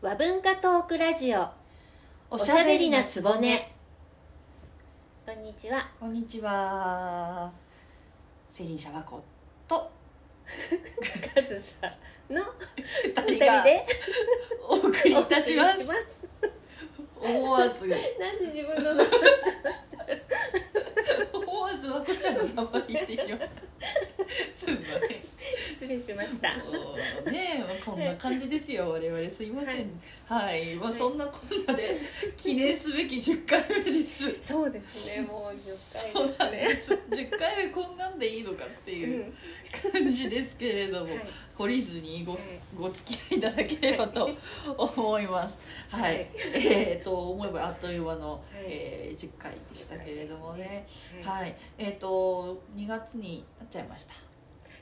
和文化トークラジオおしゃべりなつぼねこんにちはこんにちはセリン・シャワコとカズさんの二二人人がでお送りいたしまお送すりし思わずますなんで自分の名前 思わずワコちゃんの名前言ってしまったすんま失礼しましたせんもうねえこんな感じですよ 我々すいませんはい、まあ、そんなこんなで記念すべき10回目ですそうですねもう10そ回うですなんでねす10回目こんなんでいいのかっていう感じですけれども、うんはい懲りずにごはいご付き合いいただければと思います。はい、はいえっ、と思えばあっという間の、いえー10回でしたけれどもね。はいはい、えっ、と2月になっちゃいました。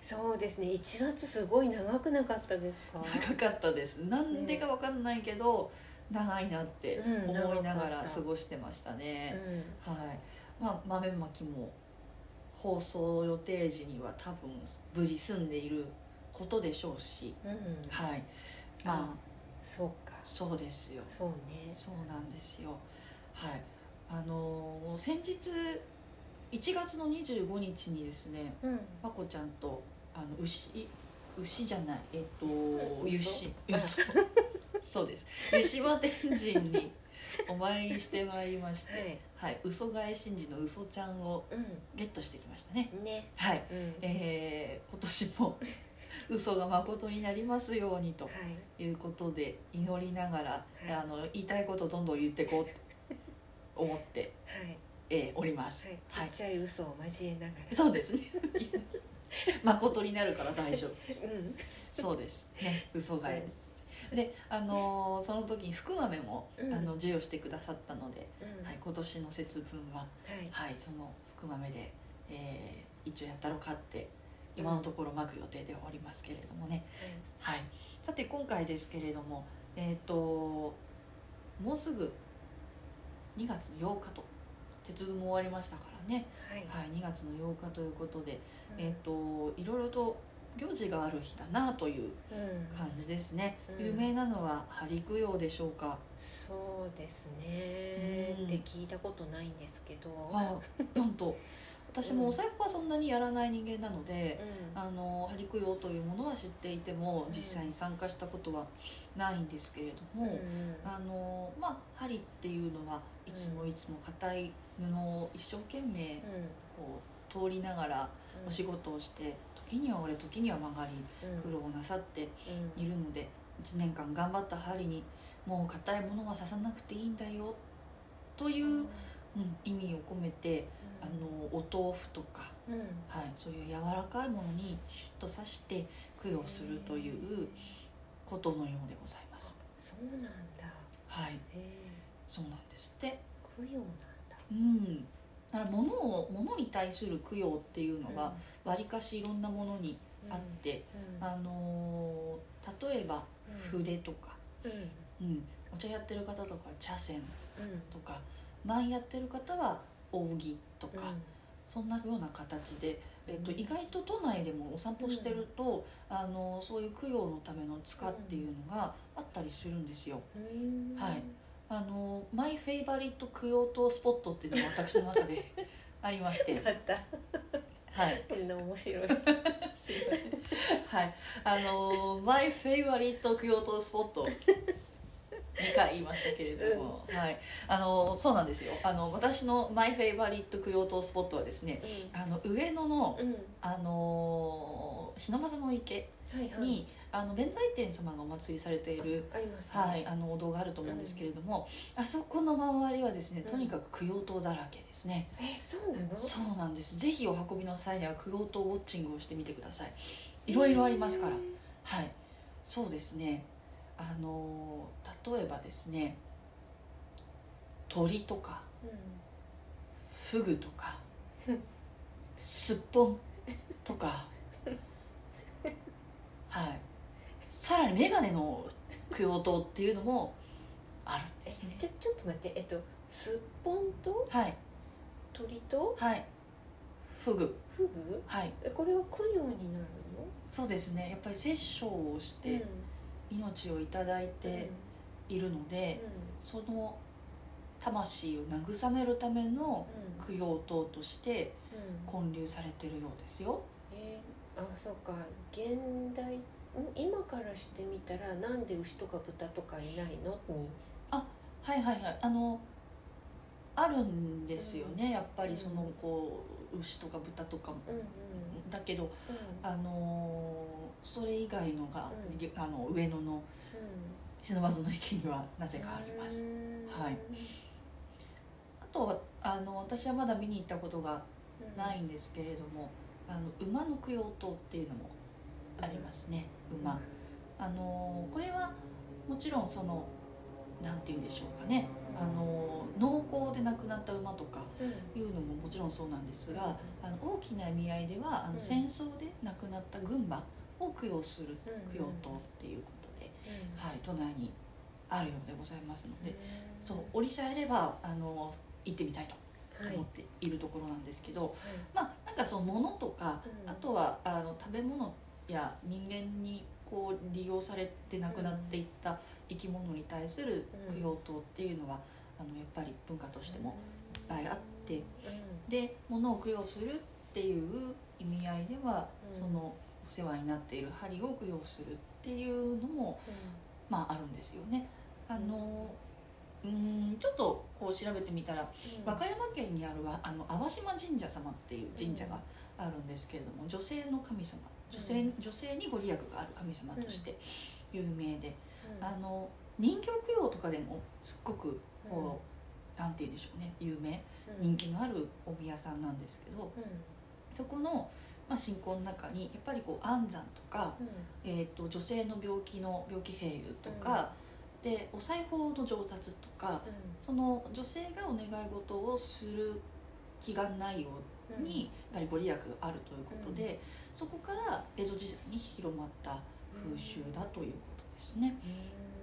そうですね1月すごい長くなかったですか長かったです。なんでかわかんないけど、長いなってうん思いなが長からった過ごしてましたうね。んはい、まあ豆まきも放送予定時には多分無事済んでいることでしょうし、うんはい、まあそうかそうですよそうねそうなんですよはいあのー先日1月の25日にですねうんまこちゃんとあの牛牛じゃないえっと嘘牛嘘 そうです牛場天神にお参りしてまいりましては、いはい、嘘返し神事の嘘ちゃんをうゲットしてきましたねんねはいうんえー今年も嘘が誠になりますようにとはいいうことで祈りながら、いあの言いたいことをどんどん言ってこうと思って、はいえーおります、はいちっちゃい嘘を交えながらそうですね 誠になるから大丈夫うんそうですね嘘がえであのーその時に福豆も、うんあの授与してくださったので、うんははいい、今年の節分は、はい、その福豆で、えー一応やったろかって今のところまく予定ではおりますけれどもね、はい、さて今回ですけれども、えー、ともうすぐ2月の8日と節分も終わりましたからね、はいはい、2月の8日ということで、うんえー、といろいろと行事がある日だなといううん感じですね、うん有名なのは針供養でしょうか、そうですね、うんって聞いたことないんですけど、はい、なんと私もお財布はそんなにやらない人間なので、うんあの針供養というものは知っていてもうん実際に参加したことはないんですけれどうも、んうんあのまあ針っていうのはいつもいつも硬い布を一生懸命こう通りながらうんお仕事をして時には俺時には曲がりうん苦労なさってうんいるので1年間頑張った針にもう硬いものは刺さなくていいんだよという、うん意味を込めてあのお豆腐とか、うんうんはい、そういう柔らかいものにシュッと刺して供養するということのようでございます。そうなんだはい、へえそうなんですって供養なんだうん、だから物を物に対する供養っていうのうはんわりかしいろんなものにあって、うんあのー例えばうん筆とか、うんうん、お茶やってる方とか茶筅うんとか舞やってる方は扇とか、うんそんなような形で、えっとうん意外と都内でもお散歩してると、あのーそういう供養のための塚っていうのがあったりするんですよ。うんはいあのーマイフェイバリット供養塔スポットっていうのが私の中でありまして よ、かったはい、こんな面白いすいません。 はい、あのー、マイフェイバリット供養塔スポット。2回言いましたけれども、はい、あのーそうなんですよ。あの、私のマイフェイバリット供養塔スポットはですね。あの、上野の、うんうんあのー、忍ばの池はいはいに、あの、弁財天様がお祭りされている。あありますねはい、あのお堂があると思うんですけれども、あそこの周りはですねとにかく供養塔だらけですね、えそうなのそうなんですぜひお運びの際には供養塔ウォッチングをしてみてくださいいろいろありますからへはいそうですねあのー例えばですね鳥とかえフグとかうんすっぽんとかはいさらに眼鏡の供養塔っていうのもあるんえですねちょちょっと待ってえっとすっぽんとはい鳥とはいフグフグはいえこれは供養になるのそうですねやっぱり殺生をして、命をいただいて、うんいるので、その魂を慰めるための供養塔として建立されてるようですよ。えー、あそうか現代ん今からしてみたらなんで牛とか豚とかいないのにはいはいはいあのあるんですよね、やっぱりそのうんこう牛とか豚とかも、うんうんだけどうんあのーそれ以外のが、うんげあの上野のう不忍の池にはなんぜかあります。ははいあとはあの私はまだ見に行ったことがないいんですけれども、あの馬の供養塔っていうのもありますね馬、あのーこれはもちろんそのなんて言うんでしょうかねあのー農耕で亡くなった馬とかうんいうのももちろんそうなんですがあの大きな意味合いではあうのん戦争で亡くなった軍馬を供養するうん供養塔っていうことで、うんはい、都内にあるようでございますので、うんそう折りさえればあの行ってみたいとはい思っているところなんですけど、はいまあなんかその物とか、うんあとはあの食べ物や人間にこう利用されて亡くなっていった生き物に対するうん供養塔っていうのは、あのやっぱり文化としてもいっぱいあって、で物を供養するっていう意味合いでは、うんそのお世話になっている針を供養するっていうのも、まあ、あるんですよね。あのうーんちょっとこう調べてみたら和歌山県にあるわあの淡島神社様っていう神社があるんですけれども女性の神様女性,、うん女性にご利益がある神様として有名で、あのの人形供養とかでもすっごくこう、なんて言うんでしょうね有名人気のあるお宮さんなんですけどそこの、まあ、信仰の中にやっぱりこう安産とか、えー、と女性の病気の病気併誘とか、でお裁縫の上達とかその女性がお願い事をする気がないように、やっぱりご利益があるということで、そこから江戸時代に広まった風習だということですね。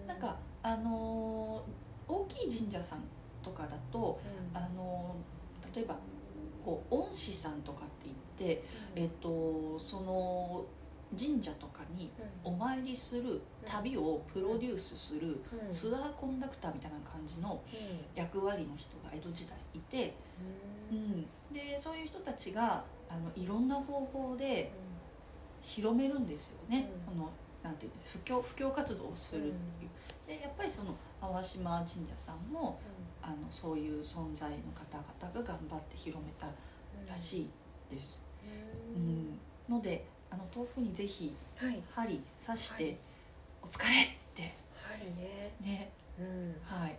なんか、あのー大きい神社さんとかだと、あのー例えばこう恩師さんとかって言って、えっと、その神社とかにお参りする旅をプロデュースするツアーコンダクターみたいな感じの役割の人が江戸時代いて、うん、でそういう人たちがあのいろんな方法で広めるんですよね、うそのなんていうの布教布教活動をするっていう、でやっぱりその淡島神社さんもあのそういう存在の方々が頑張って広めたらいしいです、ううんん、のであの豆腐にぜひはい針刺して、はいお疲れって針ねねうんはい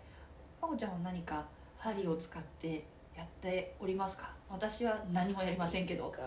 あおちゃんは何か針を使ってやっておりますか私は何もやりませんけどなんか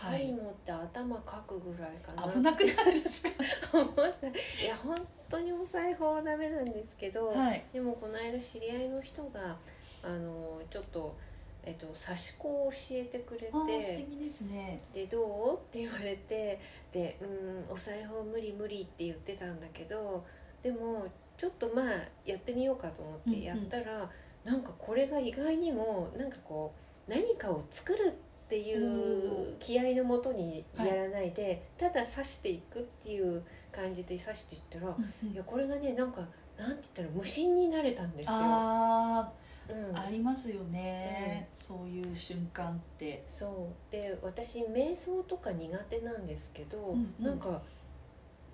針持って頭かくぐらいかな危なくないですか思ったいや本当にお裁縫はダメなんですけど、はいでもこの間知り合いの人があのちょっと、えっと、刺し子を教えてくれあー素て敵ですね「でどう?」って言われてで「うんお裁縫無理無理」って言ってたんだけどでもちょっとまあやってみようかと思っうんうんてやったら、なんかこれが意外にもなんかこう何かを作るっていうおー気合のもとにはいやらないで、ただ刺していくっていう感じで刺していったら、いやこれがねなんかなんて言ったら無心になれたんですよ。あうんーありますよね、そういう瞬間ってそうで私瞑想とか苦手なんですけど、うんうんなんか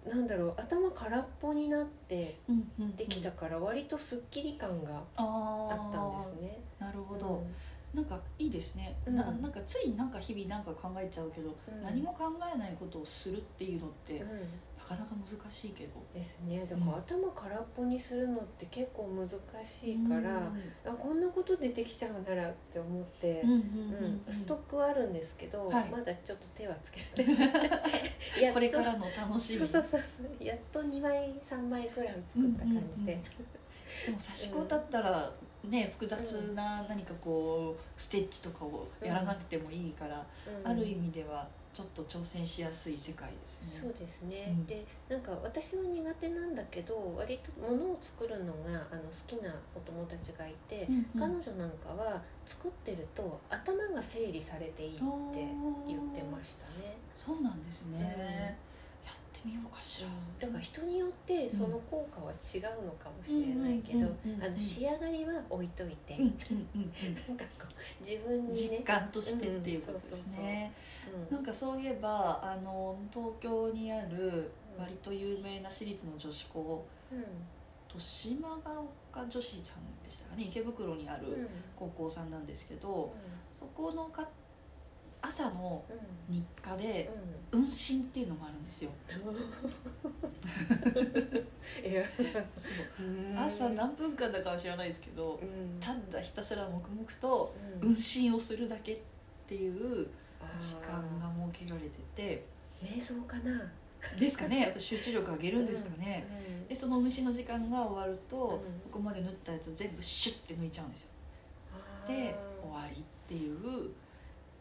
なんだろう頭空っぽになってうんうんうんできたから割とすっきり感がああーったんですね。なるほど、なんかいいですね、うんななんかついなんか日々なんか考えちゃうけど、うん何も考えないことをするっていうのって、うん、うんなかなか難しいけどですねだからうん頭空っぽにするのって結構難しいから、あこんなこと出てきちゃうならって思ってうん、うんうんうんうんストックはあるんですけど、はいまだちょっと手はつけてない やっとこれからの楽しみそうそうそうそうやっと2枚3枚ぐらい作った感じで。うんうんうんでも刺し子だったらね複雑な何かこうステッチとかをやらなくてもいいから、うんある意味ではちょっと挑戦しやすい世界ですね。そうですね、うんでなんか私は苦手なんだけど割と物を作るのがあの好きなお友達がいて、うんうん彼女なんかは作ってると頭が整理されていいって言ってましたね。そうなんですね、うんやってってみようかしら。だから人によってその効果は違うのかもしれないけどうんうんうんうんあの仕上がりは置いといて、うんうんうんなんかこう自分うにんね実感としてっていうことですね。うなんんかそういえばあの東京にある割と有名な私立の女子校う豊島が丘女子さんでしたかね池袋にあんうんる高校さんなんですけど、そこのか朝のうん日課でう運針っていうのがあるんですよ。んいや朝何分間だかは知らないですけど、うんただひたすら黙々とうん運針をするだけっていう時間あが設けられててー瞑想かな、ですかねやっぱ集中力上げるんですかね、うんでその運針の時間が終わると、うんそこまで縫ったやつ全部シュッて抜いちゃうんですよあーで終わりっていう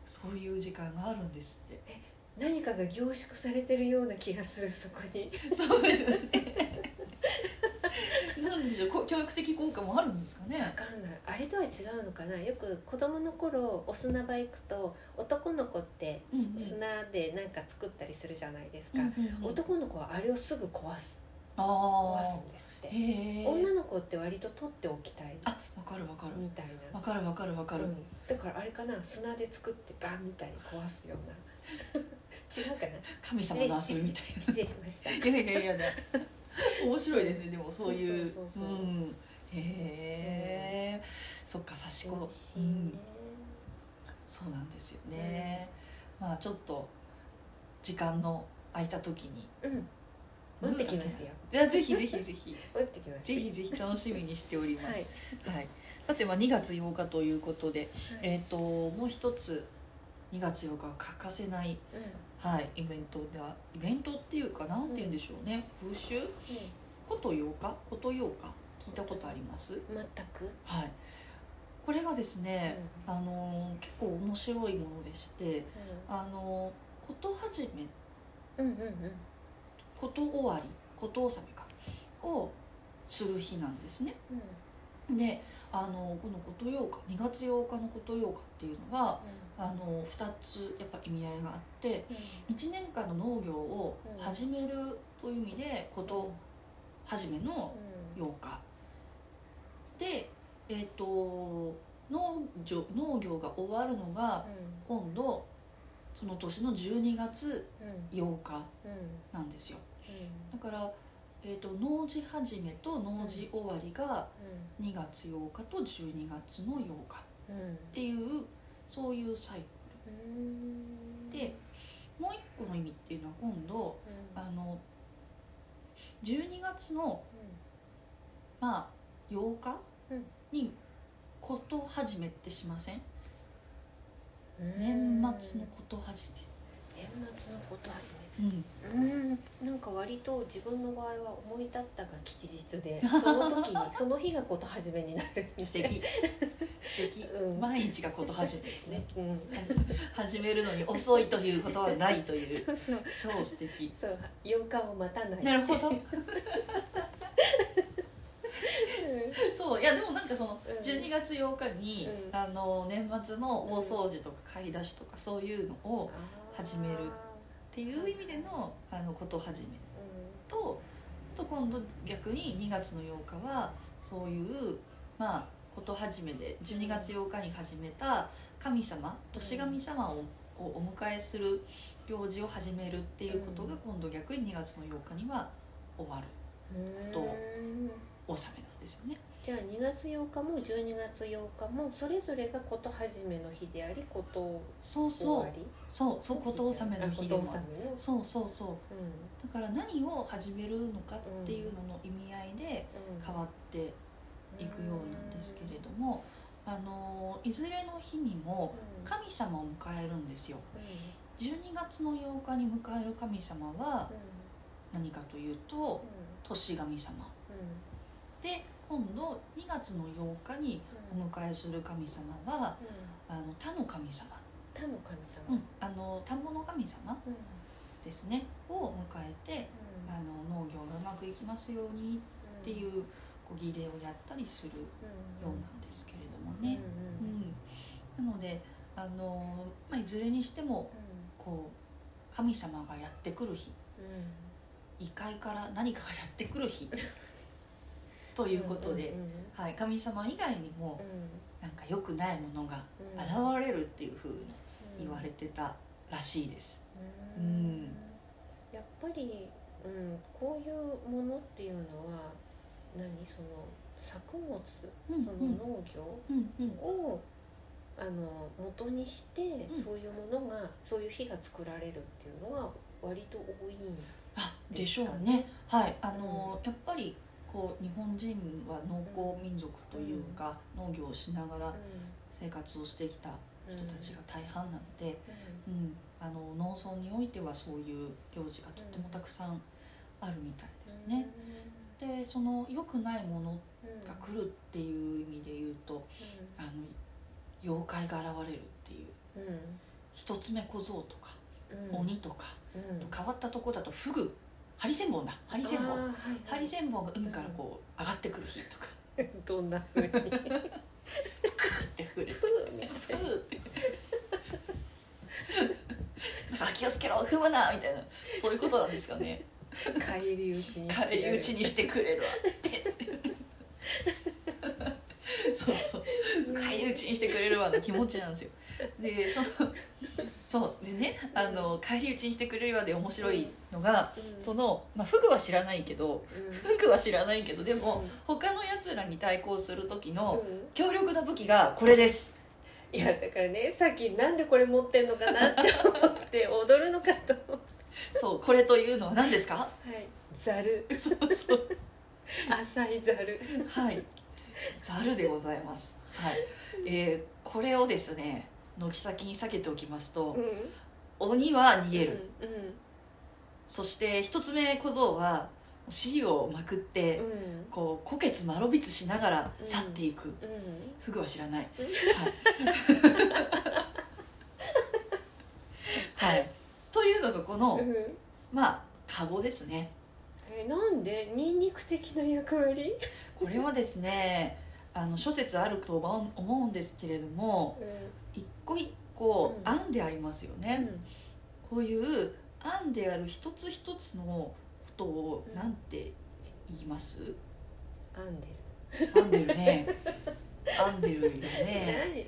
そういう時間があるんですって何かが凝縮されてるような気がするそこにそうですねなんでしょうこ教育的効果もあるんですかわねかんないあれとは違うのかなよく子供の頃お砂場行くと男の子ってうんうん砂でなんか作ったりするじゃないですか、男男の子はあれをすぐ壊す壊すあんですっーてへえ女の子って割と取っておきたいあわかるわかるみたいなわかるわかるわかる、うんだからあれかな砂で作ってバンみたいに壊すような違うかな神様の遊びみたいな失礼しましたいやいやいやね面白いですねでもそういうそうそうそうそうんへえ、そっか刺し子、美味しいうんね、そうなんですよね、まあちょっと時間の空いた時にうん持ってきますよいやぜひぜひぜひ持ってきますぜひぜひ楽しみにしておりはまいす、はいさては2月8日ということで、えっ、ともう一つ2月8日は欠かせない、うんはい、イベントではイベントっていうかなんて言うんでしょうね、風習こと8日こと8日聞いたことありますうん全くはいこれがですね、うんあのー結構面白いものでしてあのーこと始めうんうんうんうんこと終わりこと納めかをする日なんですねうんであのーこのこと8日2月8日のこと8日っていうのはあのー2つやっぱ意味合いがあって1年間の農業を始めるという意味でこと始めのうん8日でえっ、と農業農業が終わるのが今度その年の12月うん8日うんなんですようんだから、えー、と農事始めと農事終わりが2月8日と12月の8日っうんうんていうそういうサイうんクルでもう一個の意味っていうのは今度うんあの12月のまあ8日うんにこと始めってしませんうん年末のこと始年末のこと始めめ、うん、うんなんか割と自分の場合は思い立ったが吉日 でその時にその日がこと始めになるんで素 敵素敵うん毎日がこと始めですねねうん 始めるのに遅いということはないというそうそう超素敵そう8日を待たないなるほどうそういやでもなんかそのうん12月8日に、うんあの年末の大掃除とか買い出しとかそういうのをん始めるっていう意味でのあのこと始めとと今度逆に2月の8日はそういうまあこと始めで12月8日に始めた神様年神様をこうお迎えする行事を始めるっていうことが今度逆に2月の8日には終わるうんとうん納めなんですよね。じゃあ2月8日も12月8日もそれぞれがこと始めの日でありことそう終そわうりそうそうこと納めの日であもことある納めのそうそうそううんだから何を始めるのかっていうのの意味合いでうん変わっていくようなんですけれども、あのいずれの日にもうん神様を迎えるんですようん12月の8日に迎える神様は何かというと年神様うで今度2月の8日におんうんうんうん迎えする神様はうんあの他の神様、他の神う様ん、あの田んぼの神様うんですねを迎えてうんあの農業がうまくいきますようにっていううこう儀礼をやったりするようなんですけれどもね。んうんうん、なのであの、まあ、いずれにしてもこう神様がやってくる日うん異界から何かがやってくる日ということで、うんうんはい、神様以外にもなんか良くないものがうん現れるっていうふうにうん言われてたらしいです。ううんんやっぱり、うん、こういうものっていうのは何その作物うんそのうん農業うんうんを、あの元にして、うんそういうものがそういう火が作られるっていうのは割と多いんあでしょうね。はい、あのーやっぱりこう日本人は農耕民族というか、農業をしながら生活をしてきたうん人たちが大半なので、うんうん、あの農村においてはそういう行事がとってもたくさんあるみたいですね。でその良くないものうんが来るっていう意味で言うとあの妖怪が現れるっていううん一つ目小僧とかうん鬼とか、うん変わったとこだとフグハリセンボンだハリセンボあーンはいハはいリセンボンが海からこう上がってくる日とかどんなふうにって 降るふうってだから気をつけろ踏むなみたいなそういうことなんですか ね帰り討ちにして返り討ちにしてくれるわって そうそう返り討ちにしてくれるわの気持ちなんですよでそのそうでねあの返り討ちにしてくれるわで面白いのがうんその、まあ、フグは知らないけどうフグは知らないけどでもうん他のやつらに対抗する時んのうん強力な武器がこれですいやだからねさっきなんでこれ持ってんのかなって思って踊るのかと思っそうこれというのは何ですかてはいざるそうそう浅いざるはいざるでございますはいえーこれをですね軒先に避けておきますとうん鬼は逃げる、うんそして一つ目小僧は尻をまくって、うんこう虎血まろびつしながらうん去っていく、うんフグは知らない、うんはい、はい、というのがこの、うんまあカゴですねえなんでニンニク的な役割これはですねあの諸説あるとは思うんですけれどもう一個一個うん案でありますよね、んこういう案である一つ一つのことをうんなんて言います、編んで編んでる ね編んでるよるね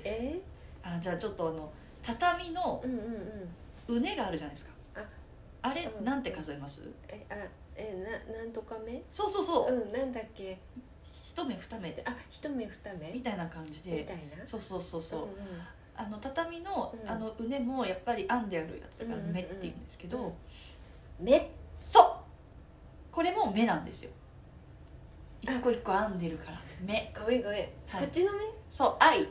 何えあじゃあちょっとあの畳のうんうんうんうねがあるじゃないですかああれ、うんなんて数えますえあえななんとか目そうそうそう、うんなんだっけ一目二目であ一目二目みたいな感じみでたいなそうそうそうそう、んんあの畳の,、うんあのうねもやっぱり編んであるやつだからうんうんうん目って言うんですけど、うん目そうこれも目なんですよ一個一個編んでるから目ごめんごめん、はいこっちのそう愛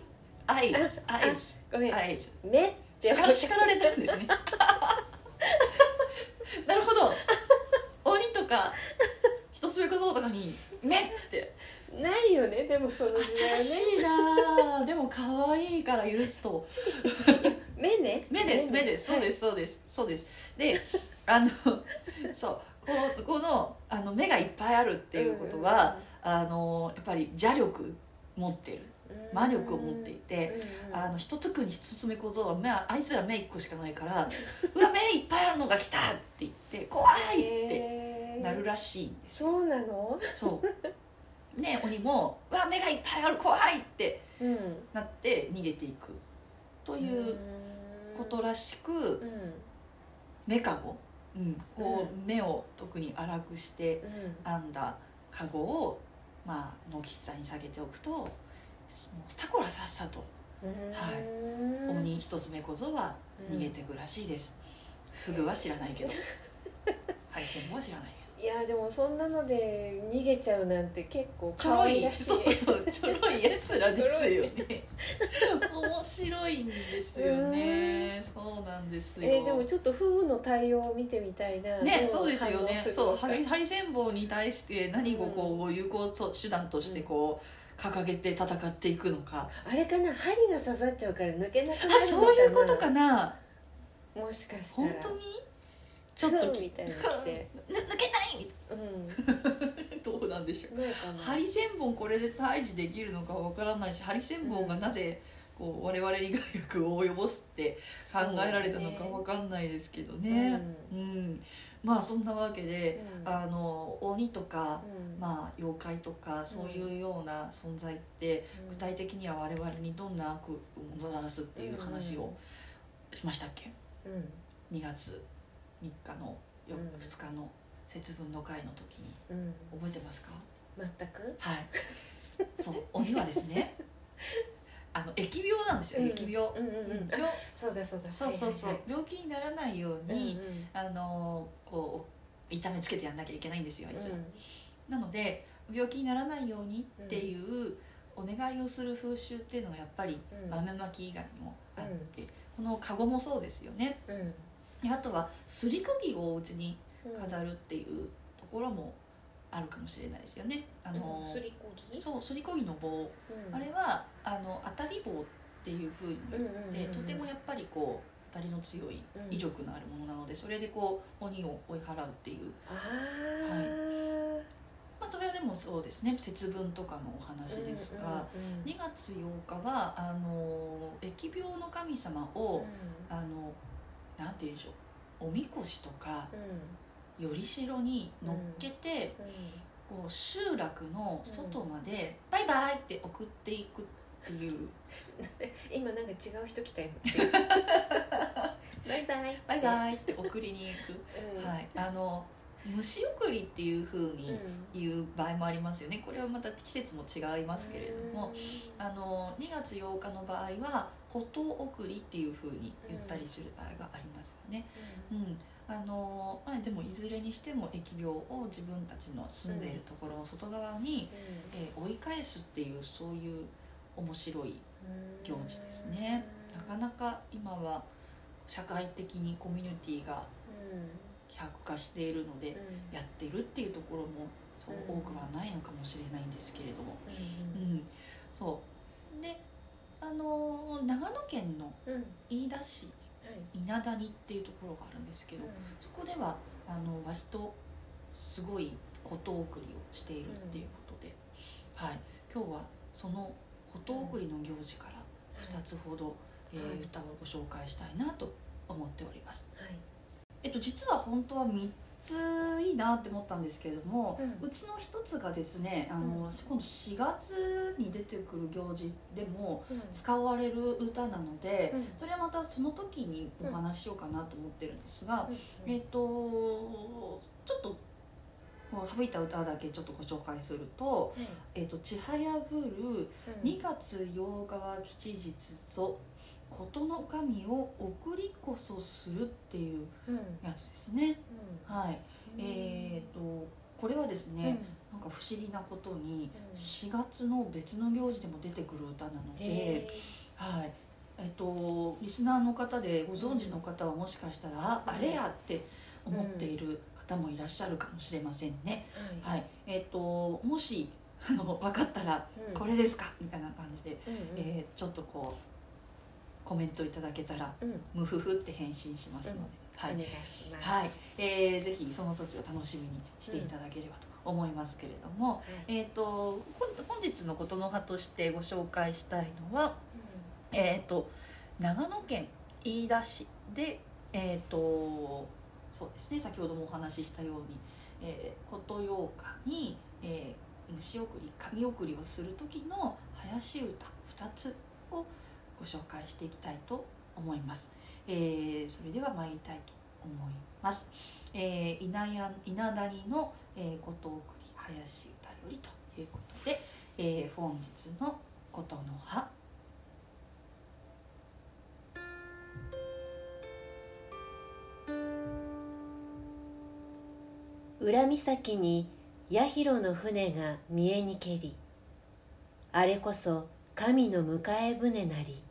愛ですあ愛です目ごめん、愛です目って叱ら叱られてるん ですねなるほど鬼とか一つ目小僧とかに「目」ってないよねでもその時代は新ねしいなぁでも可愛いから許すと目ね目です目ですそうですそうですそうですで あの そうこうこのあの目がいっぱいあるっていうことは、、あのやっぱり邪力持ってるうんうんうん魔力を持っていて、うんあの一つくに一つ目小僧は目あいつら目一個しかないから 「うわ目いっぱいあるのが来た!」って言って「怖い!」ってへーなるらしいんですそうなのそうね鬼も「うわ目がいっぱいある怖い!」ってうんなって逃げていくということらしうくんうん目かご、うん、こうう目を特に荒くして編んだかごをまあ軒下に下げておくともうさこらさっさとうんはいうん鬼一つ目小僧は逃げてくらしいです、フグは知らない けどハリセンボンは知らないいやでもそんなので逃げちゃうなんて結構けどちょろ可愛いらしいそうそうちょろいやつらですよ ね面白いんですよねそうなんですよ、えーでもちょっとフグの対応を見てみたいなね、どそうですよ反応ねるのそうかハリハリセンボンに対して何をこう有効と手段としてこう掲げて戦っていくのか、あれかな針が刺さっちゃうから抜けなくなるのかなあそういうことかなもしかしたら本当にちょっとふんみたいに来てぬ抜けないうんどうなんでしょうないかなハリセンボンこれで退治できるのかわからないしハリセンボンがなぜこう我々に害悪を及ぼすって考えられたのかわかんないですけどね。うん、まあそんなわけうで、んあの鬼とか、うんまあ、妖怪とかそういうような存在って具体的には我々にどんな悪をもたらすっていう話をしましたっけうんうん2月3日のようん2日の節分の会の時にうん覚えてますか全くはいそう鬼はで すねあの疫病なんですようん疫病、うんうんうんあ病そうだそうだそうそうそう、はい病気にならないようはいはいうに、んあのこう痛めつけてやんなきゃいけないんですよあいつら、うんなので病気にならないようにっていうお願いをする風習っていうのはやっぱりうん豆まき以外にもあって、この籠もそうですよねうんであとはすり釘をお家にうん飾るっていうところもあるかもしれないですよね。あのすりこぎそうすりこぎの棒、うんあれはあの当たり棒っていうふうにう言んっうんうんうんて、とてもやっぱりこう当たりの強いうん威力のあるものなのでそれでこう鬼を追い払うっていう、あーまあ、それはでもそうですね節分とかのお話ですが、うんうんうん2月8日はあの疫病の神様うを、んあのなんて言うんでしょうおみこしとかうんよりしろに乗っけて、うこう集落の外まで「バイバイ!」って送っていくっていう「ん今なんか違う人来たよバイバイバイイ、バイ!」って送りに行く、うんはいあの虫送りっていうふううにん言う場合もありますよねこれはまた季節も違いますけれどうも、んあの2月8日の場合は「こと送り」っていうふうに言ったりする場合がありますよね。うんあのまあ、でもいずれにしても疫病を自分たちの住んでいるところの外側に、えー追い返すっていうそういう面白いうん行事ですねなかなか今は社会的にコミュニティがう希薄化しているのんでうんやってるっていうところもそううん多くはないのかもしれないんですけれども、うんうん、そうであのー長野県のうんうん飯田市はい稲谷っていうところがあるんですけど、そこではあの割とすごいこと送りをしているっていうことで、はい、今日はそのこと送りの行事から2つほど、えーはい歌をご紹介したいなと思っております。はいえっと、実は本当は3ついいなって思ったんですけれども、ううちの1つがですねあの、今度4月に出てくる行事でもうん使われる歌なので、うんそれはまたその時にお話ししようかなと思ってるんですが、えっとちょっともう省いた歌だけちょっとご紹介するとはい「えっと、ちはやぶうるん2月8日は吉日ぞ事の神を送りこそする」っていううんやつですね。はい、うんえっとこれはですうんね、なんか不思議なことにうん4月の別の行事でも出てくる歌なので。へはいえっと、リスナーの方でご存知の方はもしかしたら、あうんあれやって思っている方もいらっしゃるかもしれませんね。ーはいはいえっと、もしあの分かったらうんこれですかみたいな感じで、うんうんえーちょっとこうコメントいただけたらうん「ムフフ」って返信しますので、おは願いいしますはいえーぜひその時を楽しみにしていただければと思いますけれども、はいえっとこん本日のことの葉としてご紹介したいのは「うえー、と長野県飯田市で、えー、とそうですね先ほどもお話ししたように、えー、琴8日に、えー虫送り神送りをする時の林歌2つをご紹介していきたいと思います、えーそれでは参りたいと思います、えー、稲や稲谷の、えー、琴送り林歌よりということで、えー本日の琴の葉ん浦岬に八広の船が見えにけりあれこそ神の迎え船なり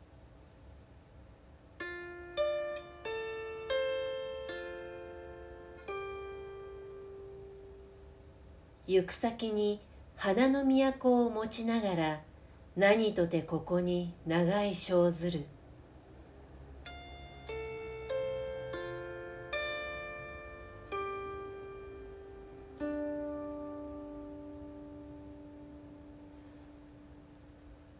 行く先に花の都を持ちながら何とてここに長い生ずる